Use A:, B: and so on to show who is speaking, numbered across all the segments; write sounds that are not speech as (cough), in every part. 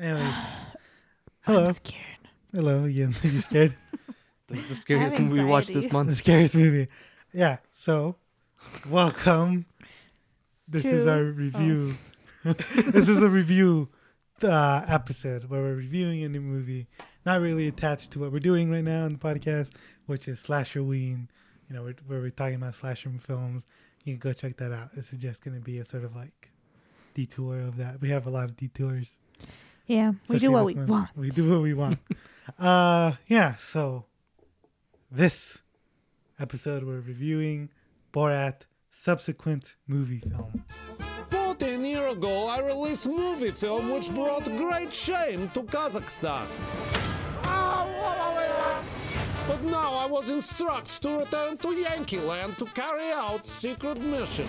A: Anyways, hello,
B: I'm scared.
A: hello. (laughs) You, you scared?
C: That's the scariest
B: have
C: thing we watched this
B: anxiety.
A: the
C: month.
A: scariest movie. Yeah. So, welcome. This is
B: To-
A: our review. (laughs) this is a review uh, episode where we're reviewing a new movie, not really attached to what we're doing right now in the podcast, which is Slasher Ween. You know, where, where we're talking about slasher films. You can go check that out. This is just going to be a sort of like detour of that. We have a lot of detours.
B: Yeah, we do
A: Especially
B: what
A: this
B: we
A: month.
B: want.
A: We do what we
B: (laughs)
A: want. uh, yeah. So this episode we're reviewing Borat subsequent movie film.
D: 14 year ago, I released movie film which brought great shame to Kazakhstan. But now I was instructed to return to Yankee Land to carry out secret mission.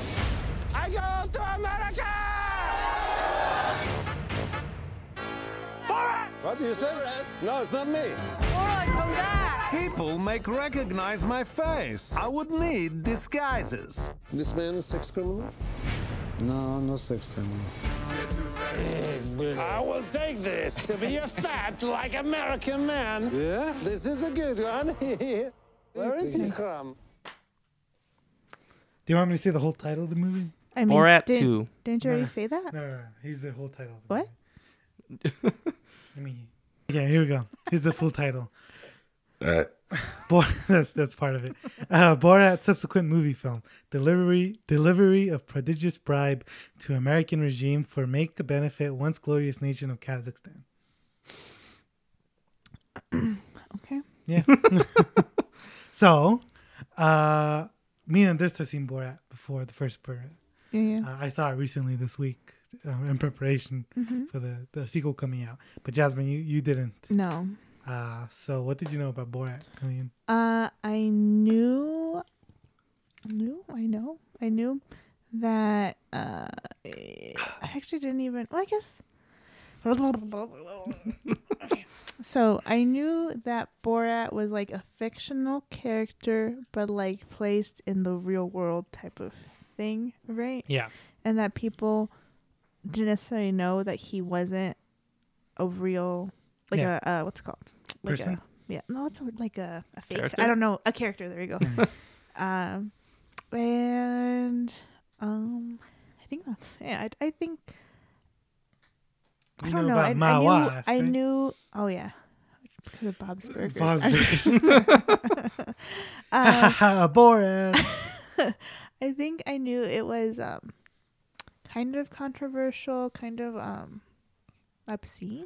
D: I go to America! What do you say? No, it's not me. People make recognize my face. I would need disguises. This man is sex criminal?
E: No, I'm no sex criminal.
D: I will take this to be a fat like American man. Yeah? This is a good one. (laughs) Where is his crumb?
A: Do you want me to say the whole title of the movie?
B: I mean,
C: Borat
B: didn't,
C: 2.
B: Didn't you already say that?
A: No, no, no. Here's the whole title. Of the
B: What?
A: Movie. (laughs) Let me. Yeah, here we go. Here's the full title.
F: Uh,
A: (laughs) Bor- that's that's part of it. Uh, Borat subsequent movie film delivery delivery of prodigious bribe to American regime for make to benefit once glorious nation of Kazakhstan.
B: (clears throat) Okay.
A: Yeah. (laughs) so, uh, me and this have seen Borat before the first Borat.
B: Yeah, yeah.
A: Uh, I saw it recently this week um, in preparation
B: Mm-hmm.
A: for the, the sequel coming out. But Jasmine, you, you didn't.
B: No.
A: Uh, so what did you know about Borat coming in?
B: Uh, I knew, knew, I know, I knew that. Uh, I actually didn't even. Well,
A: (laughs)
B: I guess. so I knew that Borat was like a fictional character, but like placed in the real world type of thing, right?
A: Yeah.
B: And that people didn't necessarily know that he wasn't a real, like
A: Yeah.
B: a uh, what's it called, like
A: Person?
B: a yeah, no, it's a- like a, a fake.
C: Character?
B: I don't know, a character. There we go.
A: (laughs)
B: um, and um, I think that's it. I, I think I
A: You
B: don't know. I,
A: about my
B: I knew,
A: wife.
B: I
A: right?
B: knew. Oh yeah, because of Bob's Burgers.
A: Bob's
B: I'm just- (laughs)
A: Burgers. (laughs) Borat.
B: Uh, I think I knew it was um, kind of controversial, kind of um, obscene.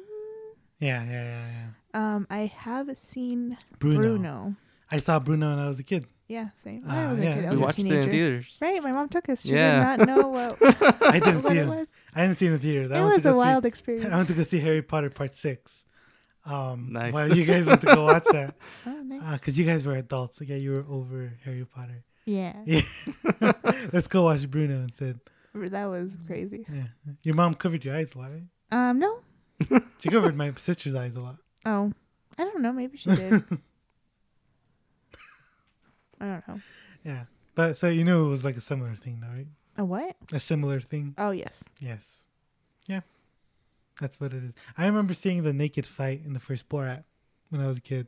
A: Yeah, yeah, yeah, yeah.
B: Um, I have seen
A: Bruno.
B: Bruno.
A: I saw Bruno when I was a kid.
B: Yeah, same.
A: Ah,
B: I was a
A: yeah,
B: kid. I
A: yeah.
C: We
B: was a
C: watched it in
B: teenager.
C: theaters.
B: Right, my mom took us. She
C: Yeah.
B: did
A: (laughs)
B: not know what,
A: I
B: (laughs)
A: didn't
B: what
A: see
B: it
A: him.
B: was.
A: I didn't see him in theaters. I
B: it
A: went
B: was
A: to
B: a
A: go see- (laughs)
B: wild
A: I
B: experience.
A: went to go see Harry Potter Part Six. Um,
C: Nice.
A: Well, you guys went to go watch
B: (laughs)
A: that
B: Oh, nice.
A: because you guys were adults. Yeah, you were over Harry
B: (laughs)
A: Potter. (laughs)
B: yeah,
A: Yeah. Let's go watch Bruno instead.
B: R- that was crazy.
A: Yeah. Your mom covered your eyes a lot, right?
B: Um, no,
A: She covered my (laughs) sister's eyes a lot.
B: oh, I don't know. Maybe she
A: (laughs)
B: did. I don't know.
A: Yeah. But so you knew it was like a similar thing, though, right?
B: A what?
A: A similar thing.
B: Oh yes.
A: Yes. Yeah. That's what it is. I remember seeing the naked fight in the first Borat when I was a kid.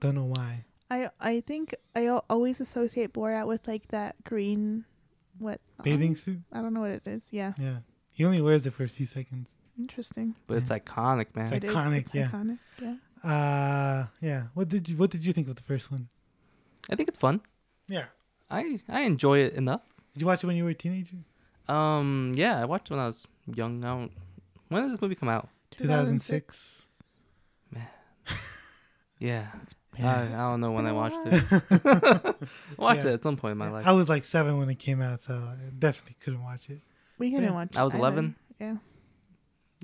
A: Don't know why.
B: I I think I al- always associate Borat with like that green, what
A: Bathing
B: um,
A: suit?
B: I don't know what it is. Yeah,
A: Yeah. He only wears it for a few seconds.
B: interesting.
C: But it's iconic, man.
A: It's
B: It is-
A: Iconic,
B: it's
A: yeah.
B: Iconic. Yeah.
A: Uh yeah. What did you what did you think of the first one?
C: I think it's fun.
A: Yeah.
C: I I enjoy it enough.
A: Did you watch it when you were a teenager?
C: Um, yeah, I watched it when I was young. I don't, when did this movie come out?
A: Two thousand six.
C: Yeah, I,
A: Yeah.
C: I don't know when I
B: been a
C: watched
B: while.
C: it.
B: (laughs)
C: I watched
A: Yeah.
C: it (laughs) at some point in
A: (laughs) (laughs)
C: my
A: I
C: life.
A: was like seven when it came out, so I definitely couldn't watch it.
B: We couldn't
A: Yeah.
B: watch.
C: I was
B: either.
C: 11.
B: Yeah.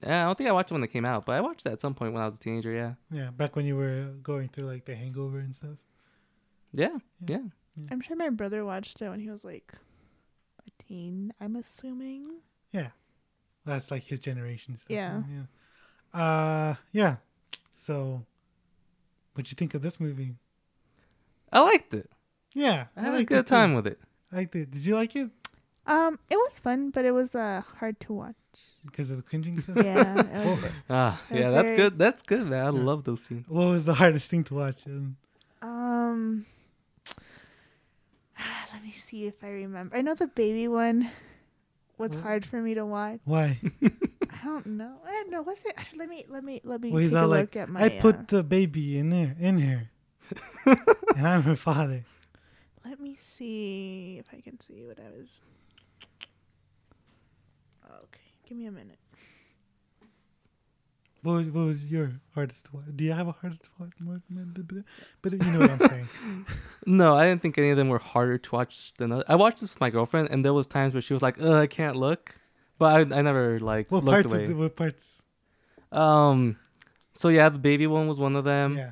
C: Yeah, I don't think I watched it when it came out, but I watched it at some point when I was a teenager. Yeah,
A: Yeah, back when you were going through like the hangover and stuff.
C: yeah, yeah.
B: I'm sure my brother watched it when he was like a teen, I'm assuming.
A: That's like his generation stuff.
B: Yeah.
A: Yeah. Uh yeah. So what'd you think of this movie?
C: I liked it.
A: Yeah.
C: I had a
A: liked it
C: good
A: too.
C: time with it.
A: I liked it. Did you like it?
B: Um, it was fun, but it was uh hard to watch.
A: because of the cringing stuff?
B: (laughs) Yeah, it was,
A: What,
C: Ah,
B: That
C: yeah,
B: was
C: that's
B: very-
C: good. That's good, man. I love those scenes.
A: what was the hardest thing to watch? Um,
B: (laughs) um. (sighs) Let me see if I remember. I know the baby one was hard for me to watch.
A: Why?
B: I don't know. I don't know. Was it? (sighs) Let me let me let me
A: Well,
B: take
A: he's
B: a
A: all
B: look
A: like,
B: at my.
A: I
B: uh,
A: put the baby in there, in her, and I'm her father.
B: Let me see if I can see what I was. Okay, give me a minute.
A: What was, what was your hardest one? Do you have a hardest one? But you know what I'm saying.
C: No, I didn't think any of them were harder to watch than other. I watched this with my girlfriend, and there was times where she was like, "Ugh, I can't look," but I, I never like
A: What
C: looked
A: parts?
C: away.
A: Of the, what parts?
C: um, so yeah, the baby one was one of them.
A: yeah.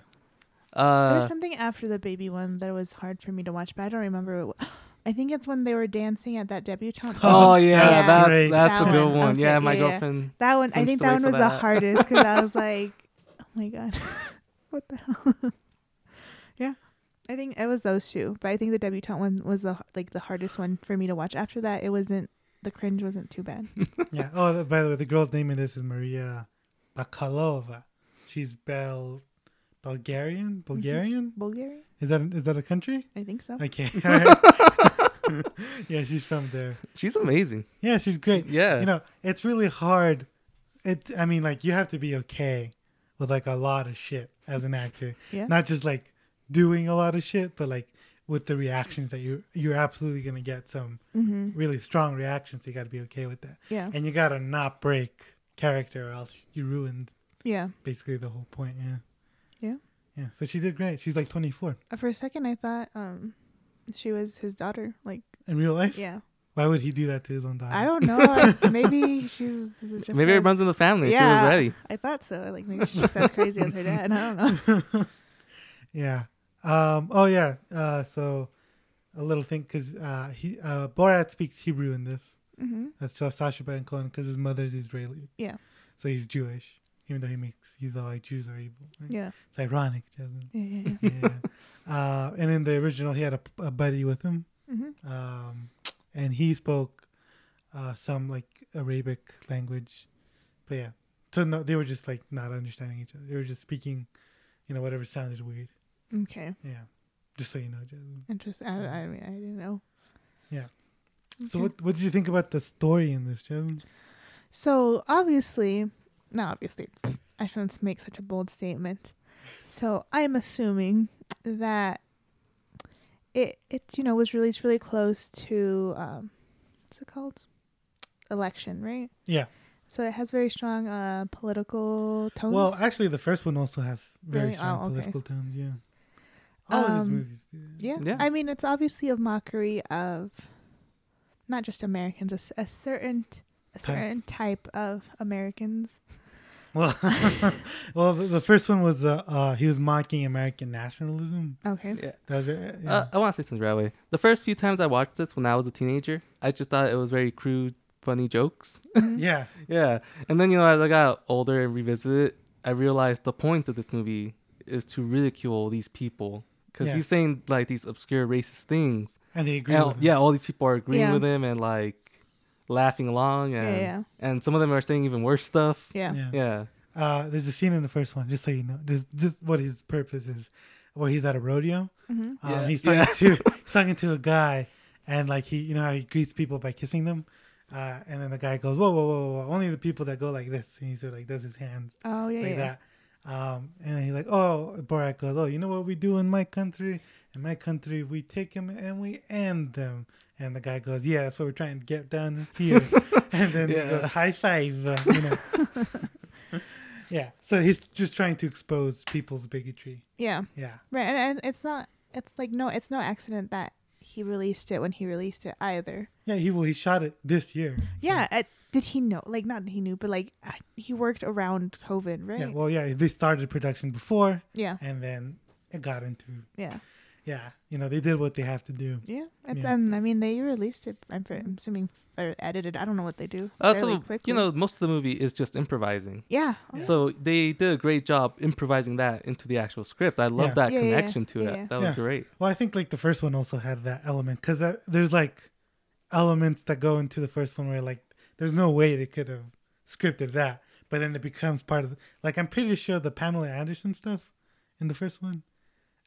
B: there
C: Uh,
B: was something after the baby one that was hard for me to watch, but I don't remember. What, I think it's when they were dancing at that debutante.
C: (laughs) oh
A: Oh,
C: yeah,
B: yeah.
C: that's
A: Great.
C: that's
B: That
C: a good
B: one.
C: one.
B: Okay,
C: yeah, my
B: yeah, yeah.
C: girlfriend.
B: that one. I
C: Cringed
B: think
C: away
B: that one
C: for
B: was the
C: that. (laughs)
B: hardest because I was like, oh my god, (laughs) what the hell? (laughs) yeah, I think it was those two, but I think the debutante one was the like the hardest one for me to watch. After that, it wasn't the cringe wasn't too
C: (laughs)
B: bad.
A: yeah. Oh, th- by the way, the girl's name in this is Maria Bakalova. She's Bel, Bulgarian. Bulgarian?
B: Bulgaria,
A: Is that is that a country?
B: I think so.
A: Okay. All right. (laughs) yeah, she's from there.
C: She's amazing.
A: Yeah, she's great.
C: Yeah.
A: You know, it's really hard. It. I mean, like you have to be okay with like a lot of shit as an actor.
B: Yeah.
A: Not just like doing a lot of shit, but like with the reactions that you you're absolutely gonna get some really strong reactions. You got to be okay with that.
B: Mm-hmm, Yeah.
A: And you gotta not break character, or else you ruined
B: Yeah.
A: basically the whole point. Yeah.
B: Yeah.
A: Yeah. So she did great. She's like 24
B: Uh, For a second, I thought um, she was his daughter. Like,
A: in real life.
B: yeah.
A: Why would he do that to his own daughter?
B: I don't know.
C: (laughs)
B: maybe she's just
C: Um. Maybe
B: as-
C: it runs in the family. and She was ready.
B: I thought so. Like maybe she's just as crazy as her dad. I don't (laughs) know.
A: (laughs) Yeah. Um, oh yeah. Uh, so a little thing because uh, he uh, Borat speaks Hebrew in this.
B: hmm
A: That's so Sasha Baron Cohen because his mother's Israeli,
B: Yeah.
A: so he's Jewish. Even though he makes he's all like Jews are evil. right?
B: Yeah.
A: It's ironic, doesn't
B: Yeah. Yeah. yeah. (laughs)
A: it? Yeah. uh, and in the original, he had a, a buddy with him,
B: Mhm.
A: um, and he spoke uh, some like Arabic language. But yeah, so no, they were just like not understanding each other. They were just speaking, you know, whatever sounded weird.
B: Okay.
A: Yeah, just so you know, Jasmine.
B: Interesting. I, I mean, I didn't know.
A: Yeah. So
B: Okay.
A: what what did you think about the story in this, Jasmine?
B: So obviously, not obviously, I shouldn't make such a bold statement. So I'm assuming that it it you know was released really close to um, what's it called election, right?
A: Yeah.
B: So it has very strong uh, political tones.
A: Well, actually, the first one also has very
B: Really?
A: strong
B: Oh, okay.
A: political tones. Yeah. All of his
B: Um,
A: movies. do.
B: yeah.
C: Yeah.
B: I mean, it's obviously a mockery of not just Americans, a s- a, certain a certain type of Americans.
A: (laughs) Well, (laughs) well, the, the first one was uh, uh he was mocking American nationalism.
B: Okay.
C: Yeah.
A: That was, uh, yeah.
C: Uh, I want to say something right away. The first few times I watched this when I was a teenager, I just thought it was very crude, funny jokes.
B: mm-hmm.
A: yeah.
C: yeah. And then, you know, as I got older and revisited it, I realized the point of this movie is to ridicule these people. Because
A: Yeah.
C: he's saying, like, these obscure racist things.
A: and they agree.
C: And,
A: with him.
C: yeah, all these people are agreeing
B: Yeah.
C: with him and, like, laughing along. And,
B: yeah.
C: and some of them are saying even worse stuff.
B: Yeah.
A: Yeah.
C: Yeah.
A: Uh, there's a scene in the first one, just so you know, this, just what his purpose is, where he's at a rodeo. Um,
C: Yeah.
A: He's talking
C: Yeah. (laughs)
A: to he's talking to a guy, and like he, you know, how he greets people by kissing them, uh, and then the guy goes, "Whoa, whoa, whoa, whoa! Only the people that go like this." And he sort of like does his hands
B: Oh yeah.
A: like
B: yeah.
A: that, um, and he's like, "Oh, Borat goes, oh, you know what we do in my country? In my country, we take them and we end them." And the guy goes, "Yeah, that's what we're trying to get down
B: (laughs)
A: here." and then he
C: Yeah.
A: goes, "High five!" Uh, you know.
B: (laughs)
A: yeah. So he's just trying to expose people's bigotry.
B: Yeah.
A: Yeah.
B: Right. And, and it's not. It's like no. It's no accident that he released it when he released it either.
A: Yeah, he well he shot it this year.
B: Yeah. uh did he know? Like not he knew, but like uh, he worked around COVID, right?
A: Yeah, well, yeah, they started production before,
B: yeah.
A: and then it got into.
B: Yeah.
A: Yeah, you know they did what they have to do.
B: Yeah, it's,
A: Yeah.
B: and I mean they released it. I'm, pre- I'm assuming or edited. I don't know what they do.
C: Uh,
B: fairly
C: so, you know, most of the movie is just improvising.
B: Yeah. Oh,
C: So they did a great job improvising that into the actual script. I love
A: Yeah.
C: that
B: Yeah, yeah, yeah.
C: connection to
B: Yeah,
C: it.
B: yeah.
C: That was
A: Yeah.
C: great.
A: Well, I think like the first one also had that element because there's like elements that go into the first one where like there's no way they could have scripted that, but then it becomes part of the, like I'm pretty sure the Pamela Anderson stuff in the first one.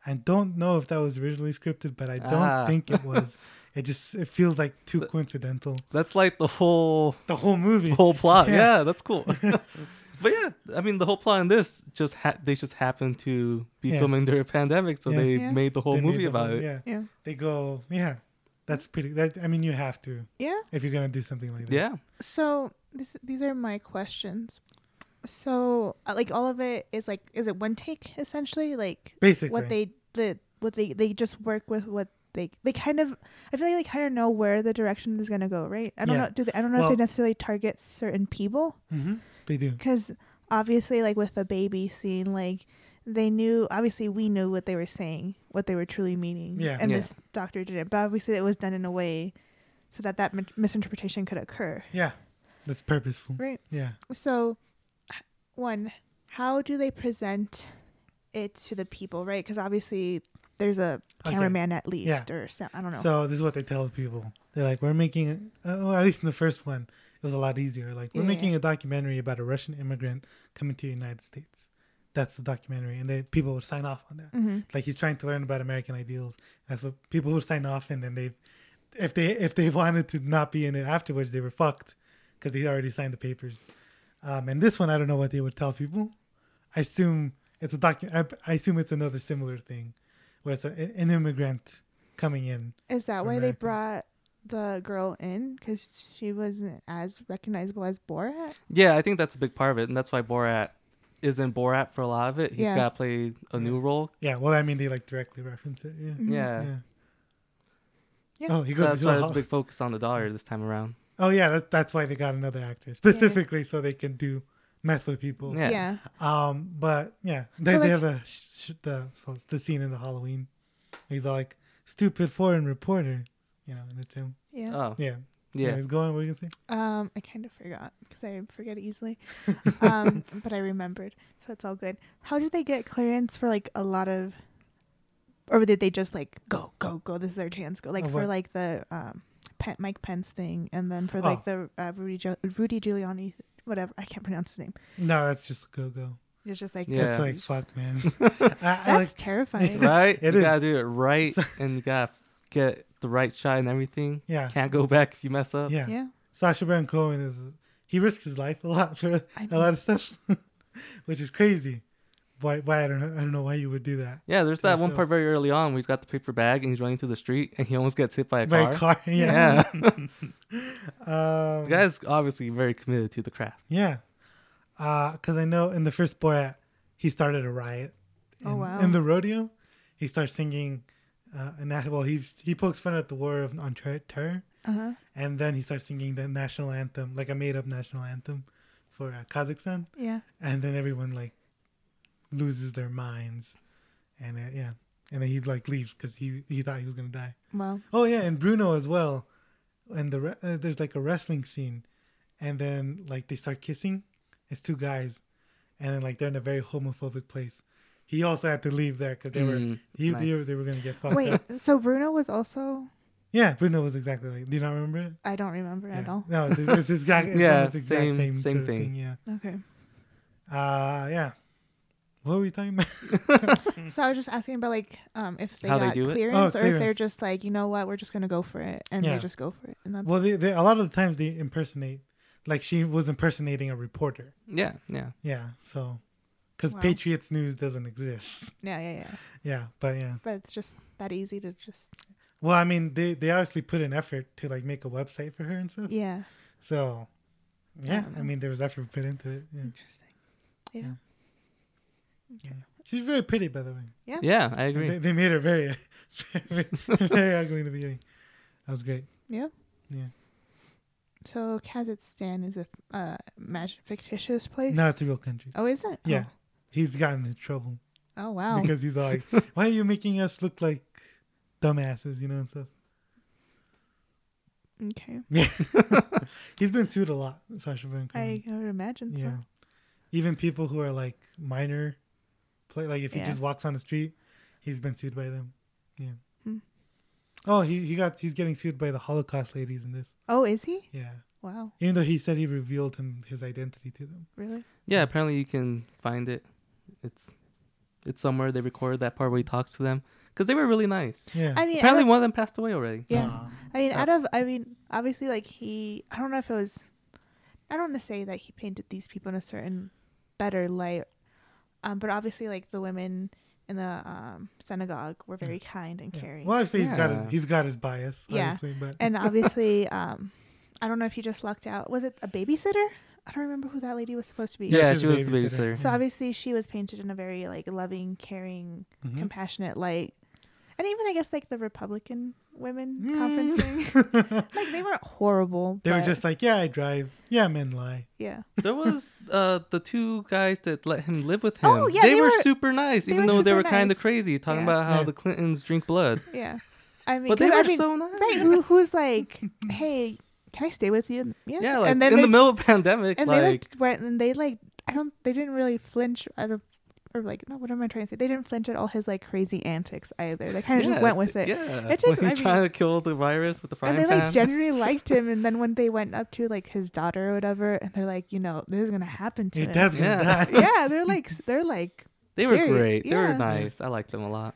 A: I don't know if that was originally scripted, but I don't
C: Ah.
A: think it was.
C: (laughs)
A: it just it feels like too coincidental.
C: That's like the whole
A: The whole (laughs) movie.
C: whole plot.
A: Yeah.
C: Yeah,
A: (laughs)
C: that's cool. (laughs) but yeah, I mean, the whole plot in this just ha- they just happened to be
A: Yeah.
C: filming during a pandemic, so
A: Yeah.
C: they
B: Yeah.
C: made the whole
A: They made
C: movie
A: the
C: about
A: whole-
C: it.
A: Yeah.
B: Yeah.
A: They go, yeah. That's pretty that I mean you have to
B: Yeah.
A: if you're gonna do something like that.
C: Yeah.
B: So this, these are my questions. So uh, like all of it is like is it one take essentially like
A: Basically.
B: what they the what they they just work with what they they kind of I feel like they kind of know where the direction is gonna go right I don't
A: Yeah.
B: know do they, I don't know if
A: Well-
B: they necessarily target certain people
A: Mhm. They do.
B: because obviously like with the baby scene like they knew obviously we knew what they were saying what they were truly meaning
A: Yeah.
B: and
C: Yeah.
B: this doctor didn't but obviously it was done in a way so that that mi- misinterpretation could occur
A: Yeah. That's purposeful.
B: right
A: Yeah.
B: so h- one how do they present it to the people right because obviously there's a
A: Okay.
B: cameraman at least or so, i don't know
A: So this is what they tell people. They're like, we're making, uh, well, at least in the first one, it was a lot easier. Like, we're
B: Yeah.
A: making a documentary about a Russian immigrant coming to the United States. That's the documentary, and then people would sign off on that.
B: Mm-hmm.
A: Like he's trying to learn about American ideals. That's what people would sign off, and then they, if they if they (laughs) wanted to not be in it afterwards, they were fucked because they already signed the papers. Um, and this one, I don't know what they would tell people. I assume it's a docu- I, I assume it's another similar thing, where it's a, an immigrant coming in
B: is that
A: for
B: why
A: America.
B: they brought the girl in because she wasn't as recognizable as borat
C: Yeah, I think that's a big part of it, and that's why Borat isn't Borat for a lot of it. He's
B: Yeah.
C: got to play a new role.
A: Yeah, well, I mean, they like directly reference it. Yeah.
C: Yeah,
A: yeah.
B: Mm-hmm. Yeah.
A: Oh, he
C: So
A: goes.
C: that's
A: to
C: why
A: a
C: there's
A: ho-
C: a big focus on the daughter this time around.
A: (laughs) oh yeah, that, that's why they got another actor specifically so they can do mess with people.
C: Yeah.
B: yeah
A: Um, but yeah, they,
B: So,
A: they
B: like-
A: have the sh- sh- the so it's the scene in the Halloween. He's all like stupid foreign reporter, you know, and it's him.
B: yeah
C: Oh,
A: Yeah.
C: yeah.
A: He's going. What are you gonna say?
B: um i kind of forgot because i
A: (laughs)
B: forget easily um but i remembered so it's all good how did they get clearance for like a lot of or did they just like go go go this is our chance go like
A: Of
B: for
A: what?
B: like the um Pe- mike pence thing and then
A: Oh.
B: for like the uh, rudy, Gio- rudy giuliani whatever i can't pronounce his name
A: No, that's just go go.
B: it's just like
C: Yeah.
A: That's like
B: it's
A: fuck,
B: just-
C: (laughs)
A: man. I, I like (laughs)
B: that's terrifying (laughs)
C: Right?
A: It
C: you
A: is.
C: gotta do it right,
A: (laughs)
C: and you gotta get the right shot and everything.
A: Yeah.
C: Can't go back if you mess up.
A: yeah.
B: yeah
A: Sasha Baron Cohen is he risks his life a lot for
B: I
A: a lot of stuff, (laughs) which is crazy. Why? Why I don't know. I don't know why you would do that.
C: Yeah, there's that one
A: yourself.
C: part very early on where he's got the paper bag and he's running through the street and he almost gets hit by a
A: By
C: car.
A: a car. (laughs) Yeah.
C: Yeah. (laughs)
A: Um,
C: the guy's obviously very committed to the craft.
A: Yeah. Because I know in the first Borat, he started a riot. In,
B: Oh, wow.
A: In the rodeo, he starts singing, uh, and that well he he pokes fun at the war of on ter- terror,
B: uh-huh
A: and then he starts singing the national anthem, like a made up national anthem, for uh, Kazakhstan. (laughs)
B: yeah
A: and then everyone like loses their minds and uh, yeah and then he like leaves because he he thought he was gonna die
B: well
A: oh yeah and bruno as well and the re- uh, there's like a wrestling scene and then like they start kissing it's two guys and then like they're in a very homophobic place he also had to leave there because they were
C: Mm,
A: he, they,
C: nice.
A: were- they were gonna get fucked
B: wait
A: up.
B: so bruno was also
A: (laughs) yeah bruno was exactly like do you not remember it
B: i don't remember
A: yeah.
B: at all
A: no it's, it's this guy it's
C: (laughs) Yeah,
A: almost the exact
C: same-
A: same
C: same
A: sort of
C: thing.
A: yeah
B: okay
A: uh yeah what were we talking about
B: So I was just asking about like um if they
C: How they
B: got
C: do it? Oh,
B: clearance or if they're
A: clearance.
B: just like you know what we're just gonna go for it and
A: Yeah.
B: they just go for it and that's
A: Well, they, they, a lot of the times they impersonate, like she was impersonating a reporter.
C: Yeah, yeah.
A: Yeah, so because
B: Wow.
A: Patriots News doesn't exist. (laughs)
B: yeah yeah yeah
A: Yeah, but yeah.
B: but it's just that easy to just
A: Well, I mean, they they obviously put an effort to like make a website for her and stuff.
B: yeah Um,
A: So, yeah,
B: don't
A: I
B: know.
A: mean, there was effort put into it. Yeah.
B: interesting yeah
A: Yeah. She's very pretty, by the way.
C: Yeah, I
A: And They,
C: agree.
A: they made her very, (laughs) very, very ugly in the beginning. That was great.
B: yeah
A: Yeah.
B: so Kazakhstan is a uh magic fictitious place
A: No, it's a real country.
B: oh is it
A: Yeah, he's gotten in trouble
B: oh, oh wow
A: because he's
B: (laughs)
A: all like, "Why are you making us look like dumbasses?" You know and stuff.
B: okay
A: Yeah. (laughs) He's been sued a lot, Sasha Baron Cohen.
B: I, I would imagine
A: yeah.
B: so
A: Even people who are like minor play like if he
B: Yeah.
A: just walks on the street, he's been sued by them. Yeah.
B: Hmm.
A: Oh, he, he got he's getting sued by the Holocaust ladies in this.
B: Oh, is he?
A: Yeah.
B: Wow.
A: Even though he said he revealed him his identity to them.
B: Really?
C: Yeah, apparently you can find it. It's it's somewhere they recorded that part where he talks to them because they were really nice.
A: Yeah.
B: I mean,
C: apparently
B: I don't-
C: one of them passed away already.
B: yeah.
A: Aw.
B: I mean,
C: Uh,
B: out of I mean, obviously, like he, I don't know if it was, I don't want to say that he painted these people in a certain better light, um, but obviously, like the women in the um synagogue were very kind and
A: Yeah.
B: caring.
A: Well, obviously he's got his
C: Yeah.
A: he's got his bias.
B: Yeah.
A: Obviously, but
B: (laughs) and obviously, um, I don't know if he just lucked out. Was it a babysitter? I don't remember who that lady was supposed to be.
C: Yeah,
A: she's
C: she
A: a
C: was the
A: babysitter.
C: babysitter.
B: So obviously, she was painted in a very like loving, caring,
A: Mhm.
B: compassionate light, and even I guess like the Republican women conference thing. (laughs) like they weren't horrible.
A: (laughs) Mm. they were
B: but-
A: just like, yeah, I drive. Yeah, men lie.
B: yeah.
C: there was uh, the two guys that let him live with him.
B: Oh, yeah,
C: they,
B: they
C: were,
B: were-
C: super nice,
B: they
C: even
B: were
C: though they
B: super
C: were kind
B: nice.
C: of crazy, talking
B: Yeah.
C: about how
A: Yeah.
C: the Clintons drink blood.
B: Yeah. I mean,
C: But they
B: 'cause,
C: were
B: I mean,
C: so nice.
B: right.
C: (laughs)
B: Who, who's like, hey, can I stay with you?
C: Yeah, like
B: and then
C: in
B: they,
C: the (laughs) middle of pandemic,
B: and
C: like,
B: they like went and they like I don't they didn't really flinch out of or like no what am I trying to say? They didn't flinch at all his like crazy antics either. They kind of
C: yeah,
B: just went with it.
C: Yeah,
B: It
C: when
B: takes-
C: he's
B: I mean-
C: trying to kill the virus with the frying
B: And they
C: pan.
B: like genuinely liked him, and
C: (laughs)
B: then when they went up to like his daughter or whatever, and they're like, you know, this is gonna happen to
A: Your
B: him.
A: dad's gonna
C: Yeah.
A: die.
B: (laughs) Yeah,
A: (laughs)
B: they're like, s- they're like,
C: they were
B: serious.
C: great. They
B: Yeah.
C: were nice. I liked them a lot.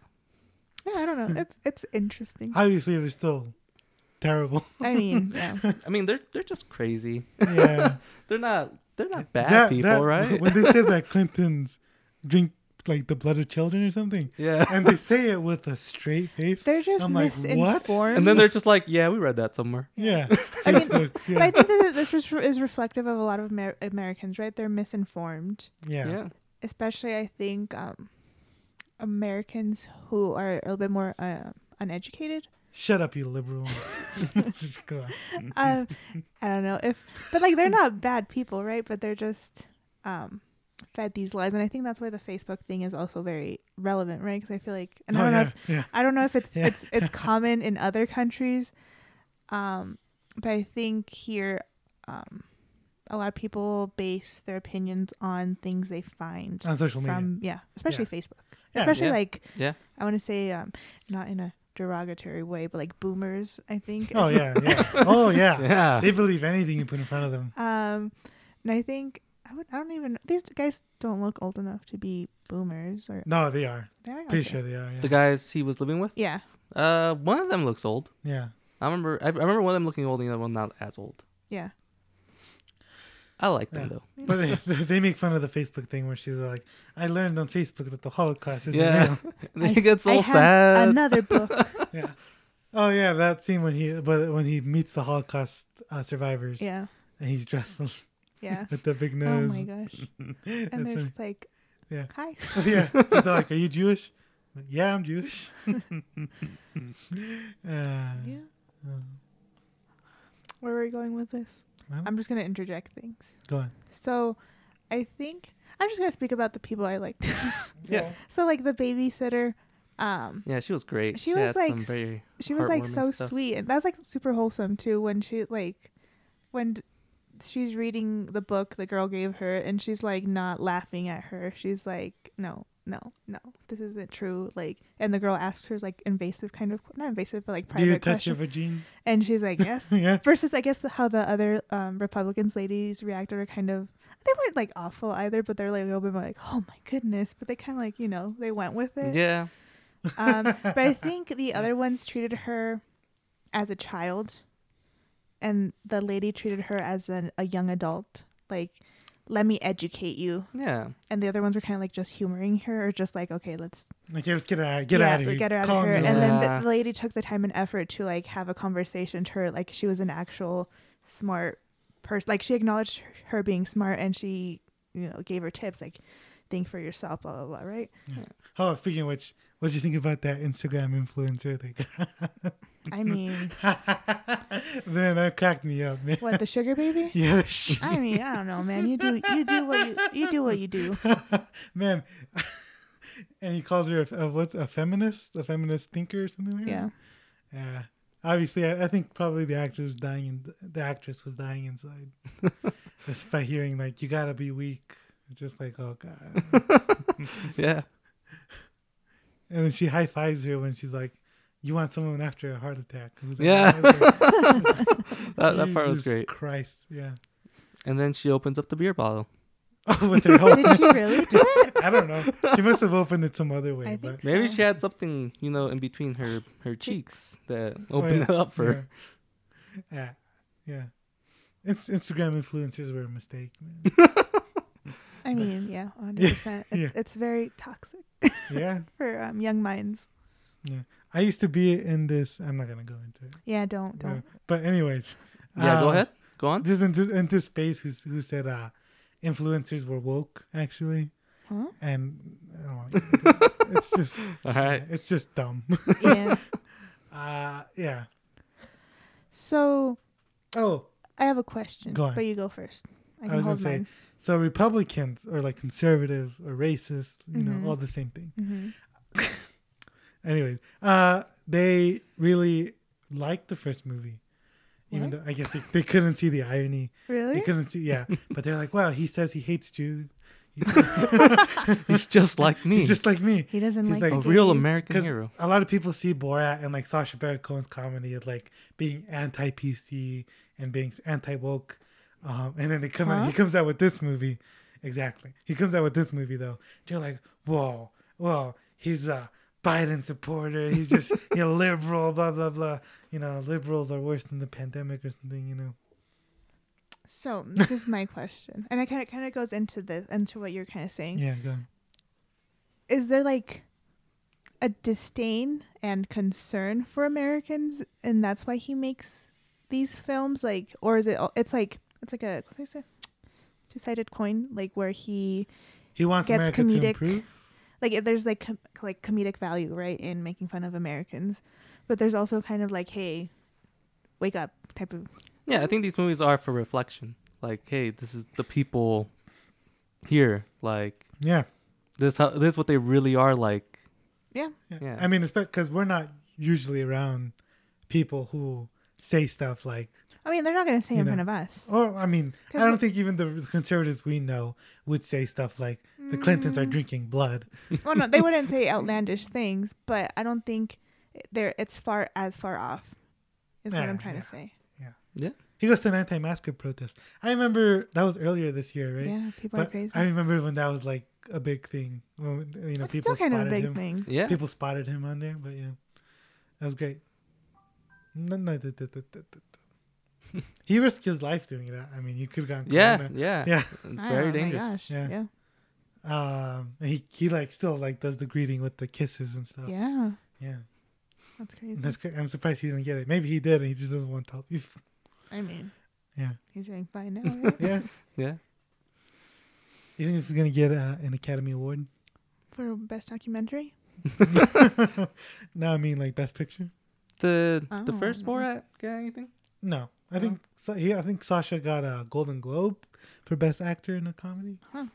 B: yeah, I don't know, it's it's
A: (laughs)
B: interesting.
A: Obviously, they're still
C: (laughs)
A: terrible.
B: I mean, yeah,
C: I mean, they're they're just crazy.
A: yeah.
C: They're not they're not bad
A: That-
C: people,
A: that- (laughs)
C: right?
A: When they said that Clintons drink like the blood of children or something,
C: (laughs) yeah.
A: and they say it with a straight face,
B: they're just
A: I'm like,
B: misinformed.
A: what?
C: And then they're just like, yeah, we read that somewhere.
A: yeah,
B: I mean,
A: Facebook,
B: but I
A: yeah,
B: think this is, this is- is reflective of a lot of Amer- Americans, right? They're misinformed,
A: yeah.
C: Yeah.
B: especially I think um, Americans who are a little bit more uh, uneducated.
A: Shut up, you liberal.
C: (laughs)
A: Just go on.
B: Um, I don't know if, but like they're not bad people, right? But they're just um, fed these lies, and I think that's why the Facebook thing is also very relevant, right? Because I feel like, and I
A: Oh,
B: don't know
A: yeah,
B: if
A: yeah.
B: I don't know if it's
A: Yeah.
B: it's
A: (laughs)
B: it's common in other countries, um, but I think here, um, a lot of people base their opinions on things they find
A: on social media.
B: from yeah, especially Facebook,
A: Yeah,
B: especially
C: yeah.
B: like
C: Yeah.
B: I want to say um, not in a derogatory way, but like boomers, I think.
A: oh yeah, yeah. Oh yeah.
C: Yeah.
A: They believe anything you put in front of them.
B: (laughs) Um, and I think I would I don't even these guys don't look old enough to be boomers or
A: No, they are.
B: they are
A: Pretty
B: okay.
A: sure they are.
C: The
A: Yeah.
C: guys he was living with.
B: Yeah,
C: Uh, one of them looks old.
A: yeah.
C: I remember. I I remember one of them looking old, and the other one not as old.
B: yeah.
C: I like them
A: Yeah.
C: though. (laughs)
A: But they, (laughs) they make fun of the Facebook thing where she's like, I learned on Facebook that the Holocaust is yeah.
C: Yeah. And he gets
B: I
C: all
B: have
C: sad.
A: (laughs)
B: Another book.
A: yeah. Oh yeah, that scene when he but when he meets the Holocaust uh, survivors
B: yeah,
A: and he's dressed (laughs)
B: yeah.
A: with the big
B: Oh
A: nose. (laughs)
B: my gosh.
A: That's
B: And they're
A: funny.
B: just like,
A: Yeah.
B: hi.
A: yeah. He's all like, "Are you
B: (laughs)
A: Jewish?" Like, yeah, I'm Jewish. (laughs) uh,
B: Yeah. Where were we going with this?
A: Well-
B: I'm just gonna interject things.
A: Go on.
B: So, I think I'm just gonna speak about the people I liked. (laughs)
C: Yeah.
B: so, like the babysitter, um,
C: Yeah, she was great.
B: She was,
C: had
B: like,
C: some
B: s-
C: very
B: she was like so
C: heartwarming stuff.
B: sweet and that's like super wholesome too when she like when d- she's reading the book the girl gave her and she's like not laughing at her she's like no no no this isn't true like and the girl asks her like invasive kind of not invasive but like private
A: Do you touch
B: question
A: your vagina? (laughs)
B: and she's like yes
A: yeah.
B: versus i guess the- how the other um republicans ladies reacted were kind of they weren't like awful either but they're like a little bit more like oh my goodness but they kind of like you know they went with it
C: Yeah.
B: um,
A: (laughs)
B: but I think the other ones treated her as a child, and the lady treated her as an, a young adult. Like, let me educate you.
C: Yeah.
B: And the other ones were kind of like just humoring her, or just like, okay, let's
A: Okay, let's get out. Get
B: yeah,
A: out of here.
B: Get her out
A: Call
B: of here.
A: me.
B: And then
C: Yeah.
B: the, the lady took the time and effort to like have a conversation to her, like she was an actual smart person. Like she acknowledged her- her being smart, and she you know gave her tips like think for yourself, blah blah blah, right?
A: Oh, speaking of which, what did you think about that Instagram influencer thing? (laughs)
B: (laughs) I mean,
A: then that cracked me up, man.
B: what the sugar baby?
A: (laughs) Yeah, sh-
B: I mean, I don't know, man. You do you do what you you do what you do.
A: man. (laughs) and he calls her a, a what's a feminist, a feminist thinker or something like
B: Yeah.
A: that. (laughs) Yeah. Obviously, I, I think probably the actor was dying, in, the actress was dying
B: (laughs)
A: inside, just by hearing like you gotta be weak. It's just like oh god.
C: Yeah.
A: and then she high fives her when she's like, You want someone after a heart attack. who's like,
C: Yeah.
B: (laughs)
A: "Okay."
C: (laughs) That, that part was
A: Jesus
C: great.
A: Christ, yeah. (laughs)
C: And then she opens up the beer bottle.
A: Oh, with her whole.
B: (laughs) Did
A: (laughs)
B: she really do it?
A: I don't know. She must have opened it some other way.
B: I
A: but
B: think
C: Maybe
B: So-
C: she had something, you know, in between her her cheeks that opened
A: Oh, yeah,
C: it up for her.
A: Yeah. Yeah. yeah. Ins- Instagram influencers were a mistake. man.
C: (laughs)
B: I mean, yeah,
A: (laughs)
B: 100%. It,
A: yeah.
B: It's very toxic
A: yeah.
B: for um, young minds.
A: I used to be in this. I'm not gonna go into it.
B: Yeah, don't,
A: Yeah.
B: don't.
A: But anyways.
C: Yeah, go
A: uh,
C: ahead. Go on.
A: Just into into space. Who s- who said uh, influencers were woke actually,
B: Huh?
A: and I don't
C: (laughs)
A: wanna- it's just (laughs)
C: All right.
A: it's just dumb. (laughs)
B: Yeah.
A: Uh, yeah.
B: So
A: Oh,
B: I have a question,
A: Go on.
B: but you go first. I can
A: I was gonna
B: hold
A: say,
B: mine.
A: so Republicans or like conservatives or racists, you
B: Mhm.
A: know, all the same thing.
B: Mhm.
A: Anyways, uh, they really liked the first movie, even
B: What?
A: though I guess they, they couldn't see the irony. They
B: Really?
A: couldn't see,
B: (laughs)
A: yeah. but they're like, wow, he says he hates Jews.
C: He's just like me.
A: He's just like me.
B: He doesn't
A: He's
B: like,
A: like-
B: the
C: a real
B: gays.
C: American
A: Because
C: hero.
A: a lot of people see Borat and like Sasha Baron Cohen's comedy as like being anti PC and being anti woke, um, and then they come out.
B: Huh?
A: He comes out with this movie, exactly. He comes out with this movie though. They're like, whoa, whoa, he's a Biden supporter. He's just (laughs) a liberal, blah blah blah. You know, liberals are worse than the pandemic or something. You know,
B: So this is my question, and it kind of kind of goes into this into what you're kind of saying.
A: yeah, go on.
B: Is there like a disdain and concern for Americans, and that's why he makes these films? Like, or is it? all- It's like it's like a what's I say? Two sided coin, like where he
A: He wants
B: Gets
A: America to
B: comedic.
A: improve.
B: like it- there's like com- like comedic value right in making fun of Americans, but there's also kind of like hey, wake up type of
C: Yeah, I think these movies are for reflection. Like, hey, this is the people here. Like,
A: Yeah.
C: this how this is what they really are like.
B: yeah
C: Yeah.
A: I mean, because we're not usually around people who say stuff like
B: I mean, they're not gonna say
A: You
B: in
A: know.
B: front of us.
A: Or I mean,
B: 'Cause
A: I don't
B: we-
A: think even the conservatives we know would say stuff like the Clintons
B: Mm.
A: are drinking blood.
B: well, no, they wouldn't say outlandish things, but I don't think they're it's far as far off. Is what
A: Yeah,
B: I'm trying
A: yeah.
B: to say.
C: Yeah.
A: He goes to an anti-masker protest. I remember that was earlier this year, right?
B: Yeah, people are
A: but
B: crazy.
A: I remember when that was like a big thing. When, you know,
B: it's
A: people
B: still kind of a
A: spotted
B: big
A: him.
B: thing.
C: Yeah.
A: People spotted him on there, but yeah, that was great. No, no, da- da- da- da- da- da. he risked his life doing that. I mean, he could have gone.
C: Yeah,
A: corona.
C: yeah.
A: yeah.
C: It's
B: I
C: Very
B: know, oh my
C: dangerous.
B: gosh,
A: Yeah.
B: yeah,
A: Um, and he he like still like does the greeting with the kisses and stuff.
B: yeah,
A: yeah.
B: that's crazy.
A: That's great. I'm surprised he didn't get it. Maybe he did, and he just doesn't want to help you.
B: I mean,
A: Yeah.
B: he's doing fine now.
A: (laughs)
B: Right?
A: Yeah.
C: Yeah.
A: You think this is gonna get uh, an Academy (laughs) Award?
B: For best documentary,
A: no, I mean like Best Picture.
C: The the
B: Oh,
C: first
B: no.
C: Borat got anything?
A: No, I think so, he, I think Sasha got a Golden Globe for Best Actor in a Comedy.
B: Huh.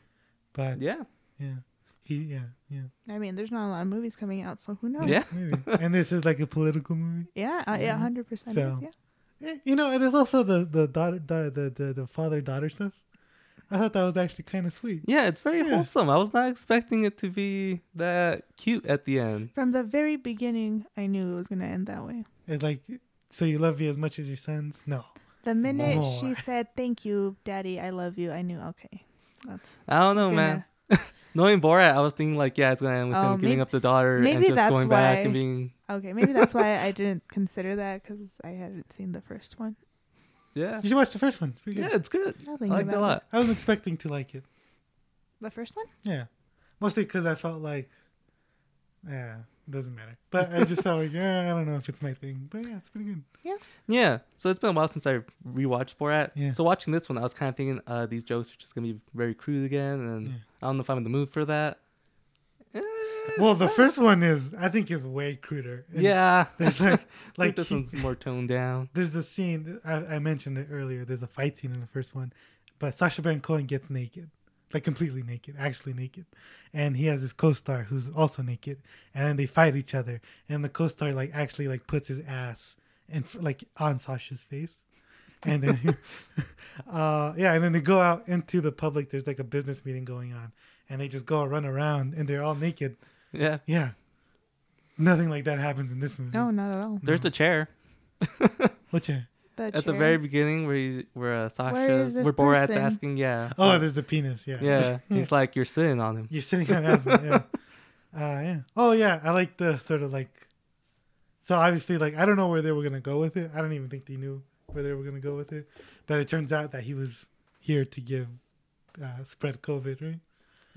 A: But yeah,
C: Yeah.
A: he yeah yeah
B: I mean, there's not a lot of movies coming out, so who knows?
C: Yeah.
A: maybe. and this is like a political movie.
B: yeah, uh, yeah, hundred percent.
A: Mm-hmm. So-
B: Yeah,
A: Eh, You know, and there's also the the daughter da- the the, the father daughter stuff. I thought that was actually kind of sweet.
C: Yeah, it's very
A: Yeah.
C: wholesome. I was not expecting it to be that cute at the end.
B: from the very beginning, I knew it was gonna end that way.
A: It's like, so you love me as much as your sons? No.
B: The minute
A: (laughs)
B: she
A: More.
B: said "Thank you, Daddy, I love you," I knew okay, that's
C: I don't know,
B: gonna-
C: man. (laughs) Knowing Borat, I was thinking like, yeah, it's gonna end with
B: Oh,
C: him giving
B: maybe-
C: up the daughter and
B: maybe
C: just
B: that's
C: going back
B: why-
C: and being
B: Okay, maybe that's why I didn't (laughs) consider that because I hadn't seen the first one.
C: yeah,
A: You should watch the first one. It's pretty
C: yeah,
A: good.
C: it's good.
B: I'll
C: I
B: think
C: liked it a
B: about
C: lot.
A: I was expecting to like it.
B: The first one?
A: Yeah, mostly because I felt like, yeah, doesn't matter. But I just felt like, yeah, I don't know if it's my thing. But yeah, it's pretty good.
C: Yeah, so it's been a while since I rewatched Borat.
A: Yeah.
C: So watching this one, I was kind of thinking uh, these jokes are just gonna be very crude again, and
A: Yeah.
C: I don't know if I'm in the mood for that. Eh,
A: Well, the first one is, I think, is way cruder. And
C: yeah, (laughs)
A: there's like,
C: like
A: like
C: this
A: he-
C: one's more toned down.
A: there's the scene I, I mentioned it earlier. There's a fight scene in the first one, but Sasha Baron Cohen gets naked, like completely naked, actually naked, and he has his co-star who's also naked, and then they fight each other, and the co-star like actually like puts his ass and like on Sasha's face. And then, (laughs) uh, yeah, and then they go out into the public. There's like a business meeting going on, and they just go run around, and they're all naked.
C: Yeah,
A: Yeah, Nothing like that happens in this movie.
B: No, not at all.
C: There's the chair
A: What's your?
B: The
C: at the
B: chair.
C: very beginning where he's, where uh, Sasha
B: is this
C: where Borat's
B: person?
C: asking, yeah,
A: Oh, there's the penis. Yeah.
C: (laughs)
A: (laughs)
C: yeah. He's like, you're sitting on him.
A: You're sitting on asthma. Yeah. Uh, yeah. Oh yeah, I like the sort of like. So obviously, like I don't know where they were gonna go with it. I don't even think they knew where they were gonna go with it. But it turns out that he was here to give uh, spread COVID, right?
B: (laughs)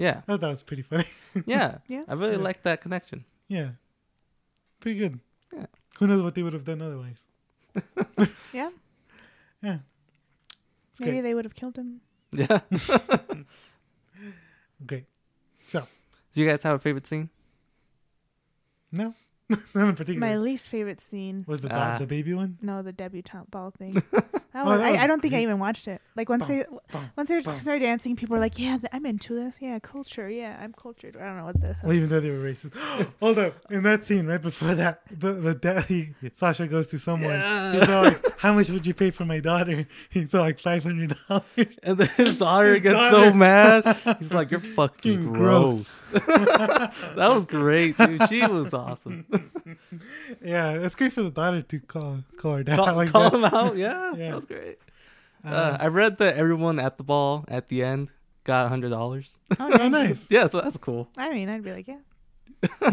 C: Yeah,
A: I thought that was pretty funny. (laughs)
C: yeah,
B: Yeah.
C: I really
A: Yeah.
C: like that connection. (laughs)
A: yeah, pretty good.
C: Yeah.
A: Who knows what they would have done otherwise?
B: Yeah.
A: Yeah. It's
B: Maybe
A: great.
B: they would have killed him.
C: (laughs) Yeah. Do
A: Great.
C: you guys have a favorite scene?
A: No, (laughs) not in particular.
B: My least favorite scene.
A: was the
C: Ah.
A: the baby one?
B: No, the debutante ball
A: (laughs)
B: thing. That was,
A: Oh, that
B: I,
A: was
B: I don't think I
A: great.
B: even watched it. Like once
A: Bum,
B: they
A: bum,
B: once they
A: bum.
B: started dancing, people were like, "Yeah, th- I'm into this. Yeah, culture. Yeah, I'm cultured." I don't know what the. hell.
A: Well, even though they were racist.
C: (gasps)
A: Hold up. In that scene, right before that, the, the dad, he, Sasha goes to someone. He's all like, How much would you pay for my daughter? (laughs) He's all like, $500.
C: (laughs) (laughs) And then his daughter
A: His
C: gets
A: daughter.
C: so (laughs) mad. He's like, "You're
A: Fucking
C: fucking
A: gross."
C: gross." (laughs) that was great, dude. She was awesome. (laughs)
A: Yeah, it's great for the daughter to call, call her dad
C: Call,
A: like
C: call
A: that.
C: him out. (laughs) Yeah,
A: Yeah.
C: that was great. Uh,
A: Uh,
C: I read that everyone at the ball at the end got hundred dollars. (laughs)
A: oh, nice.
C: yeah, so that's cool.
B: I mean, I'd be like, "Yeah,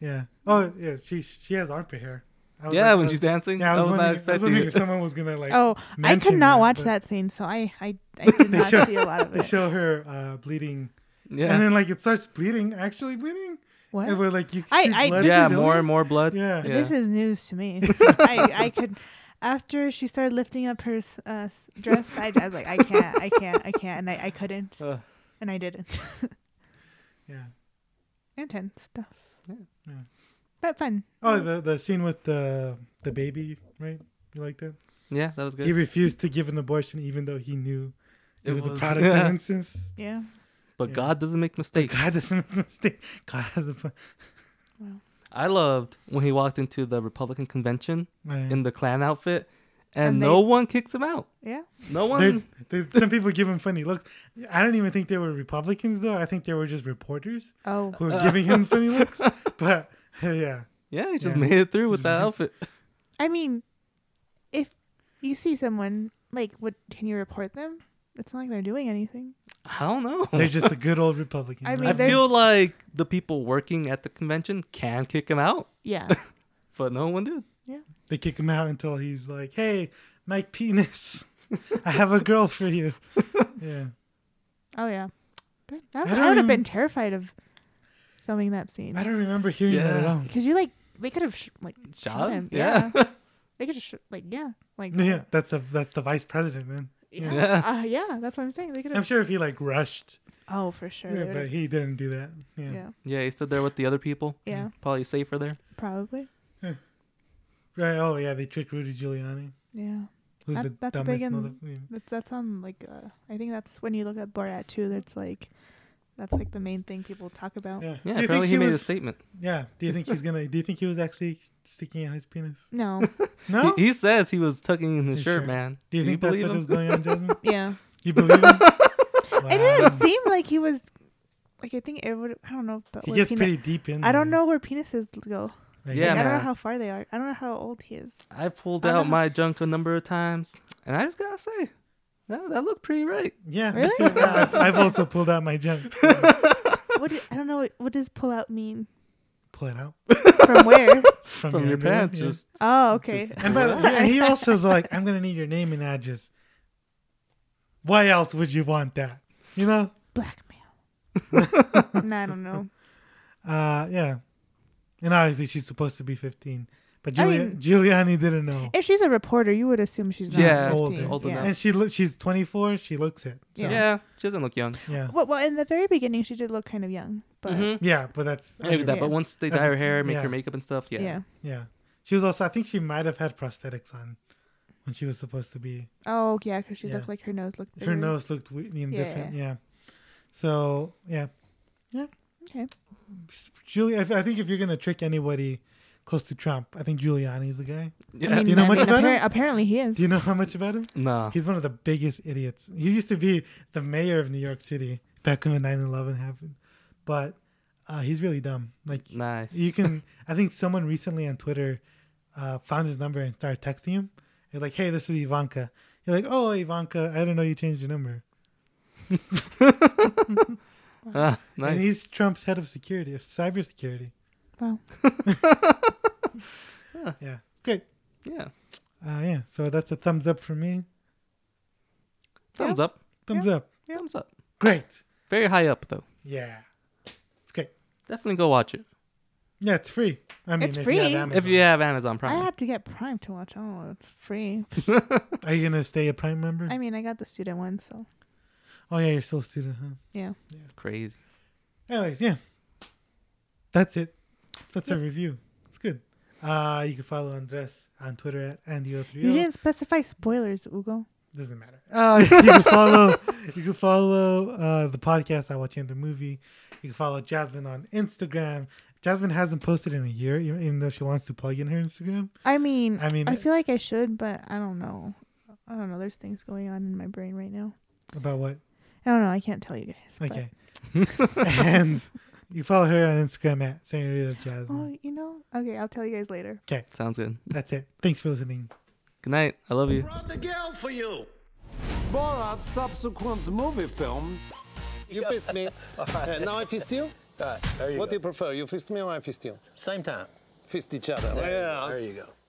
A: Yeah. Oh, yeah. She she has armpit hair. I was
C: Yeah,
A: like,
C: when
A: uh,
C: she's dancing,
A: Yeah, I was,
C: I was
A: wondering,
C: not
A: I was
C: expecting
A: wondering if
C: it.
A: someone was going to like
B: oh, I could
A: mention
B: not
A: that,
B: watch
A: but
B: that scene, so I I,
A: (laughs)
B: I did
A: They
B: not
A: show-
B: see a lot of
A: They
B: it."
A: show her uh, bleeding. And
C: Yeah,
A: then like it starts bleeding, actually bleeding.
B: What?
A: And we're like, you
B: I-
A: see
B: I-
A: blood
C: yeah,
A: spilling?
C: more and more blood.
A: Yeah.
C: yeah.
B: This is news
A: (laughs)
B: to me. I I could. After she started lifting up her s- uh, s- dress, I, I was like, I can't, I can't, I can't, and I, I couldn't,
C: Uh,
B: and I didn't.
A: Yeah.
B: Intense stuff.
C: Yeah.
A: Yeah.
B: But fun. Mm.
A: Oh, the the scene with the the baby, right? You like that?
C: yeah, that was
A: He
C: good.
A: refused to give an abortion even though he knew it,
C: It
A: was, a
C: was- (laughs)
A: product
C: yeah.
A: of incense.
B: Yeah.
C: But
A: yeah.
C: God doesn't make mistakes.
A: God (laughs) doesn't make mistake. God has a plan.
C: I loved when he walked into the Republican convention
A: Right.
C: in the Klan outfit, and,
B: And they-
C: no one kicks him out.
B: Yeah.
C: No
A: They're-
C: one.
A: they- some people give him funny looks. I don't even think they were Republicans though. I think they were just reporters
B: Oh.
A: who were giving
C: (laughs)
A: him funny looks. But (laughs) yeah,
C: Yeah, he just
A: Yeah.
C: made it through with that
A: Mhm.
C: outfit.
B: I mean, if you see someone, like, what can you report them? It's not like they're doing anything.
C: I don't know.
A: they're just a good old Republican.
B: I
A: right?
B: mean,
C: I
B: they're-
C: feel like the people working at the convention can kick him out,
B: Yeah.
C: but no one did.
A: they kick him out until he's like, "Hey, Mike Penis, (laughs) I have a girl for
C: (laughs)
A: you." Yeah.
B: (laughs) oh yeah. But that
A: I
B: was- I,
A: don't
B: would have
A: even-
B: been terrified of filming that
A: I
B: scene
A: don't remember hearing that at
C: Yeah.
A: all.
B: because you like they could have sh- like shot
C: Shot?
B: him. Yeah.
C: Yeah.
A: (laughs)
B: They could have sh- like yeah like
A: Yeah, that's the that's the vice president, man.
B: yeah
C: Yeah.
B: Uh, yeah that's what I'm saying. They could
A: I'm
B: have.
A: sure if he like rushed,
B: Oh for sure.
A: yeah,
B: they
A: but
B: would've-
A: he didn't do that. Yeah.
B: yeah.
C: Yeah, he stood there with the other people.
B: Yeah.
C: Probably safer there.
B: Probably.
A: Right. Oh yeah, they tricked Rudy Giuliani,
B: Yeah.
A: who's
B: That-
A: the
B: that's a
A: dumbest
B: big
A: mother.
B: in-
A: yeah.
B: That's that's on like uh, I think that's when you look at Borat too. That's like that's like the main thing people talk about.
A: Yeah.
C: Yeah,
A: do you think
C: apparently
A: he,
C: he, made a
A: was?
C: statement.
A: (laughs) Yeah. Do you think he's gonna? Do you think he was actually sticking out his
C: (laughs)
A: penis?
B: No.
A: No.
C: He, he says he was tucking in his
A: His
C: shirt,
A: shirt.
C: man.
A: do you think that's what
C: believe
A: was
C: him?
A: going on,
C: (laughs)
A: Jasmine?
B: yeah.
A: You believe him?
B: (laughs) It didn't
A: Wow.
B: seem like he was like I think it would I don't know but
A: He
B: where
A: gets
B: peni-
A: pretty deep in.
B: I don't
A: there.
B: know where penises go.
A: Like,
C: Yeah,
B: I don't know
C: man.
B: how far they are. I don't know how old he is.
C: I pulled
B: I don't
C: out
B: know.
C: my junk a number of times, and I just gotta say, that, that looked
A: (laughs)
C: pretty right.
A: Yeah. me
B: Really?
A: too. Yeah, I've, I've also pulled out my junk.
B: What do, I don't know what does pull out mean?
A: Pull it out
B: From where?
A: from,
C: From your
A: underwear,
C: pants,
A: yeah.
C: just
B: Oh, okay.
A: And by the and he also is like, I'm gonna need your name and address. Why else would you want that? You know?
B: Blackmail. nah, I don't know.
A: Uh yeah. And obviously she's supposed to be fifteen. But
B: I
A: Giulia-
B: mean-
A: Giuliani didn't know.
B: If she's a reporter, you would assume she's not
C: Yeah,
B: 15.
A: older.
C: Old
B: yeah.
C: enough.
A: And she look she's twenty four, she looks it. So,
C: yeah. She doesn't look young.
A: Yeah.
B: Well, well, in the very beginning, she did look kind of young, but
C: Mhm.
A: Yeah, but that's
C: I agree with that.
B: Yeah.
C: But once they
A: That's-
C: dye her hair, make
A: yeah.
C: her makeup and stuff, yeah.
B: yeah.
A: yeah. She was also I think she might have had prosthetics on when she was supposed to be
B: Oh yeah, because she
A: Yeah.
B: looked like her nose looked.
A: her
B: bigger.
A: nose looked we- you know,
B: Yeah,
A: different. Yeah. So yeah, yeah.
B: Okay.
A: Julie, I, I think if you're gonna trick anybody close to Trump, I think Giuliani's the guy.
C: Yeah.
B: I mean,
A: Do you know
B: I
A: much
B: mean,
A: about
B: appar-
A: him?
B: Apparently, he is.
A: Do you know how much about
B: (laughs)
A: him?
C: no.
A: He's one of the biggest idiots. He used to be the mayor of New York City back when 9/11 happened, but Uh, he's really dumb. Like
C: Nice.
A: you (laughs)
B: (laughs)
A: can, I think someone recently on Twitter uh, found his number and started texting him. It's like, hey, this is Ivanka. You're like, oh, Ivanka, I didn't know you changed your number.
C: (laughs) Ah, nice.
A: And he's Trump's head of security, of cybersecurity.
B: Wow.
A: Yeah, great.
C: (laughs) yeah.
A: Uh, yeah, so that's a thumbs up for me.
C: Thumbs up.
A: Thumbs up.
C: Thumbs up.
A: Great.
C: Very high up though.
A: Yeah, it's great.
C: Definitely go watch it
A: Yeah, it's free. I mean,
B: It's
A: if
B: free.
A: You have
B: If
A: Amazon.
C: if you have Amazon
B: I
C: Prime.
B: had to get Prime to watch. Oh, it's free.
A: Are you gonna stay a Prime member?
B: I mean, I got the student one, so
A: oh yeah, you're still a student, huh?
B: yeah.
C: Crazy.
A: Anyways, yeah. That's it. That's our review. It's good. Uh you can follow Andres on Twitter at Andy
B: You
A: 30
B: didn't specify spoilers, Ugo.
A: Doesn't matter. Uh you can follow you can follow uh the podcast I watch in the movie. You can follow Jasmine on Instagram. Jasmine hasn't posted in a year, even even though she wants to plug in her Instagram.
B: I mean,
A: I
B: I
A: mean-
B: mean, I feel like I should, but I don't know. I don't know. There's things going on in my brain right now.
A: About what?
B: I don't know. I can't tell you guys. but- (laughs)
A: Okay. and you follow her on Instagram at Senorita Jasmine.
B: Oh, you know. Okay, I'll tell you guys later.
C: Sounds good.
A: That's it. Thanks for listening.
C: Good night. I love you.
D: Brought the girl for you. Borat's subsequent movie film.
F: You fist
D: (laughs)
F: me. Uh, now I fist you?
G: All right, there you
F: What
G: go.
F: do you prefer? You fist me or I fist you?
G: Same time.
F: Fist each other.
G: There,
F: Yeah,
G: you go. there you go.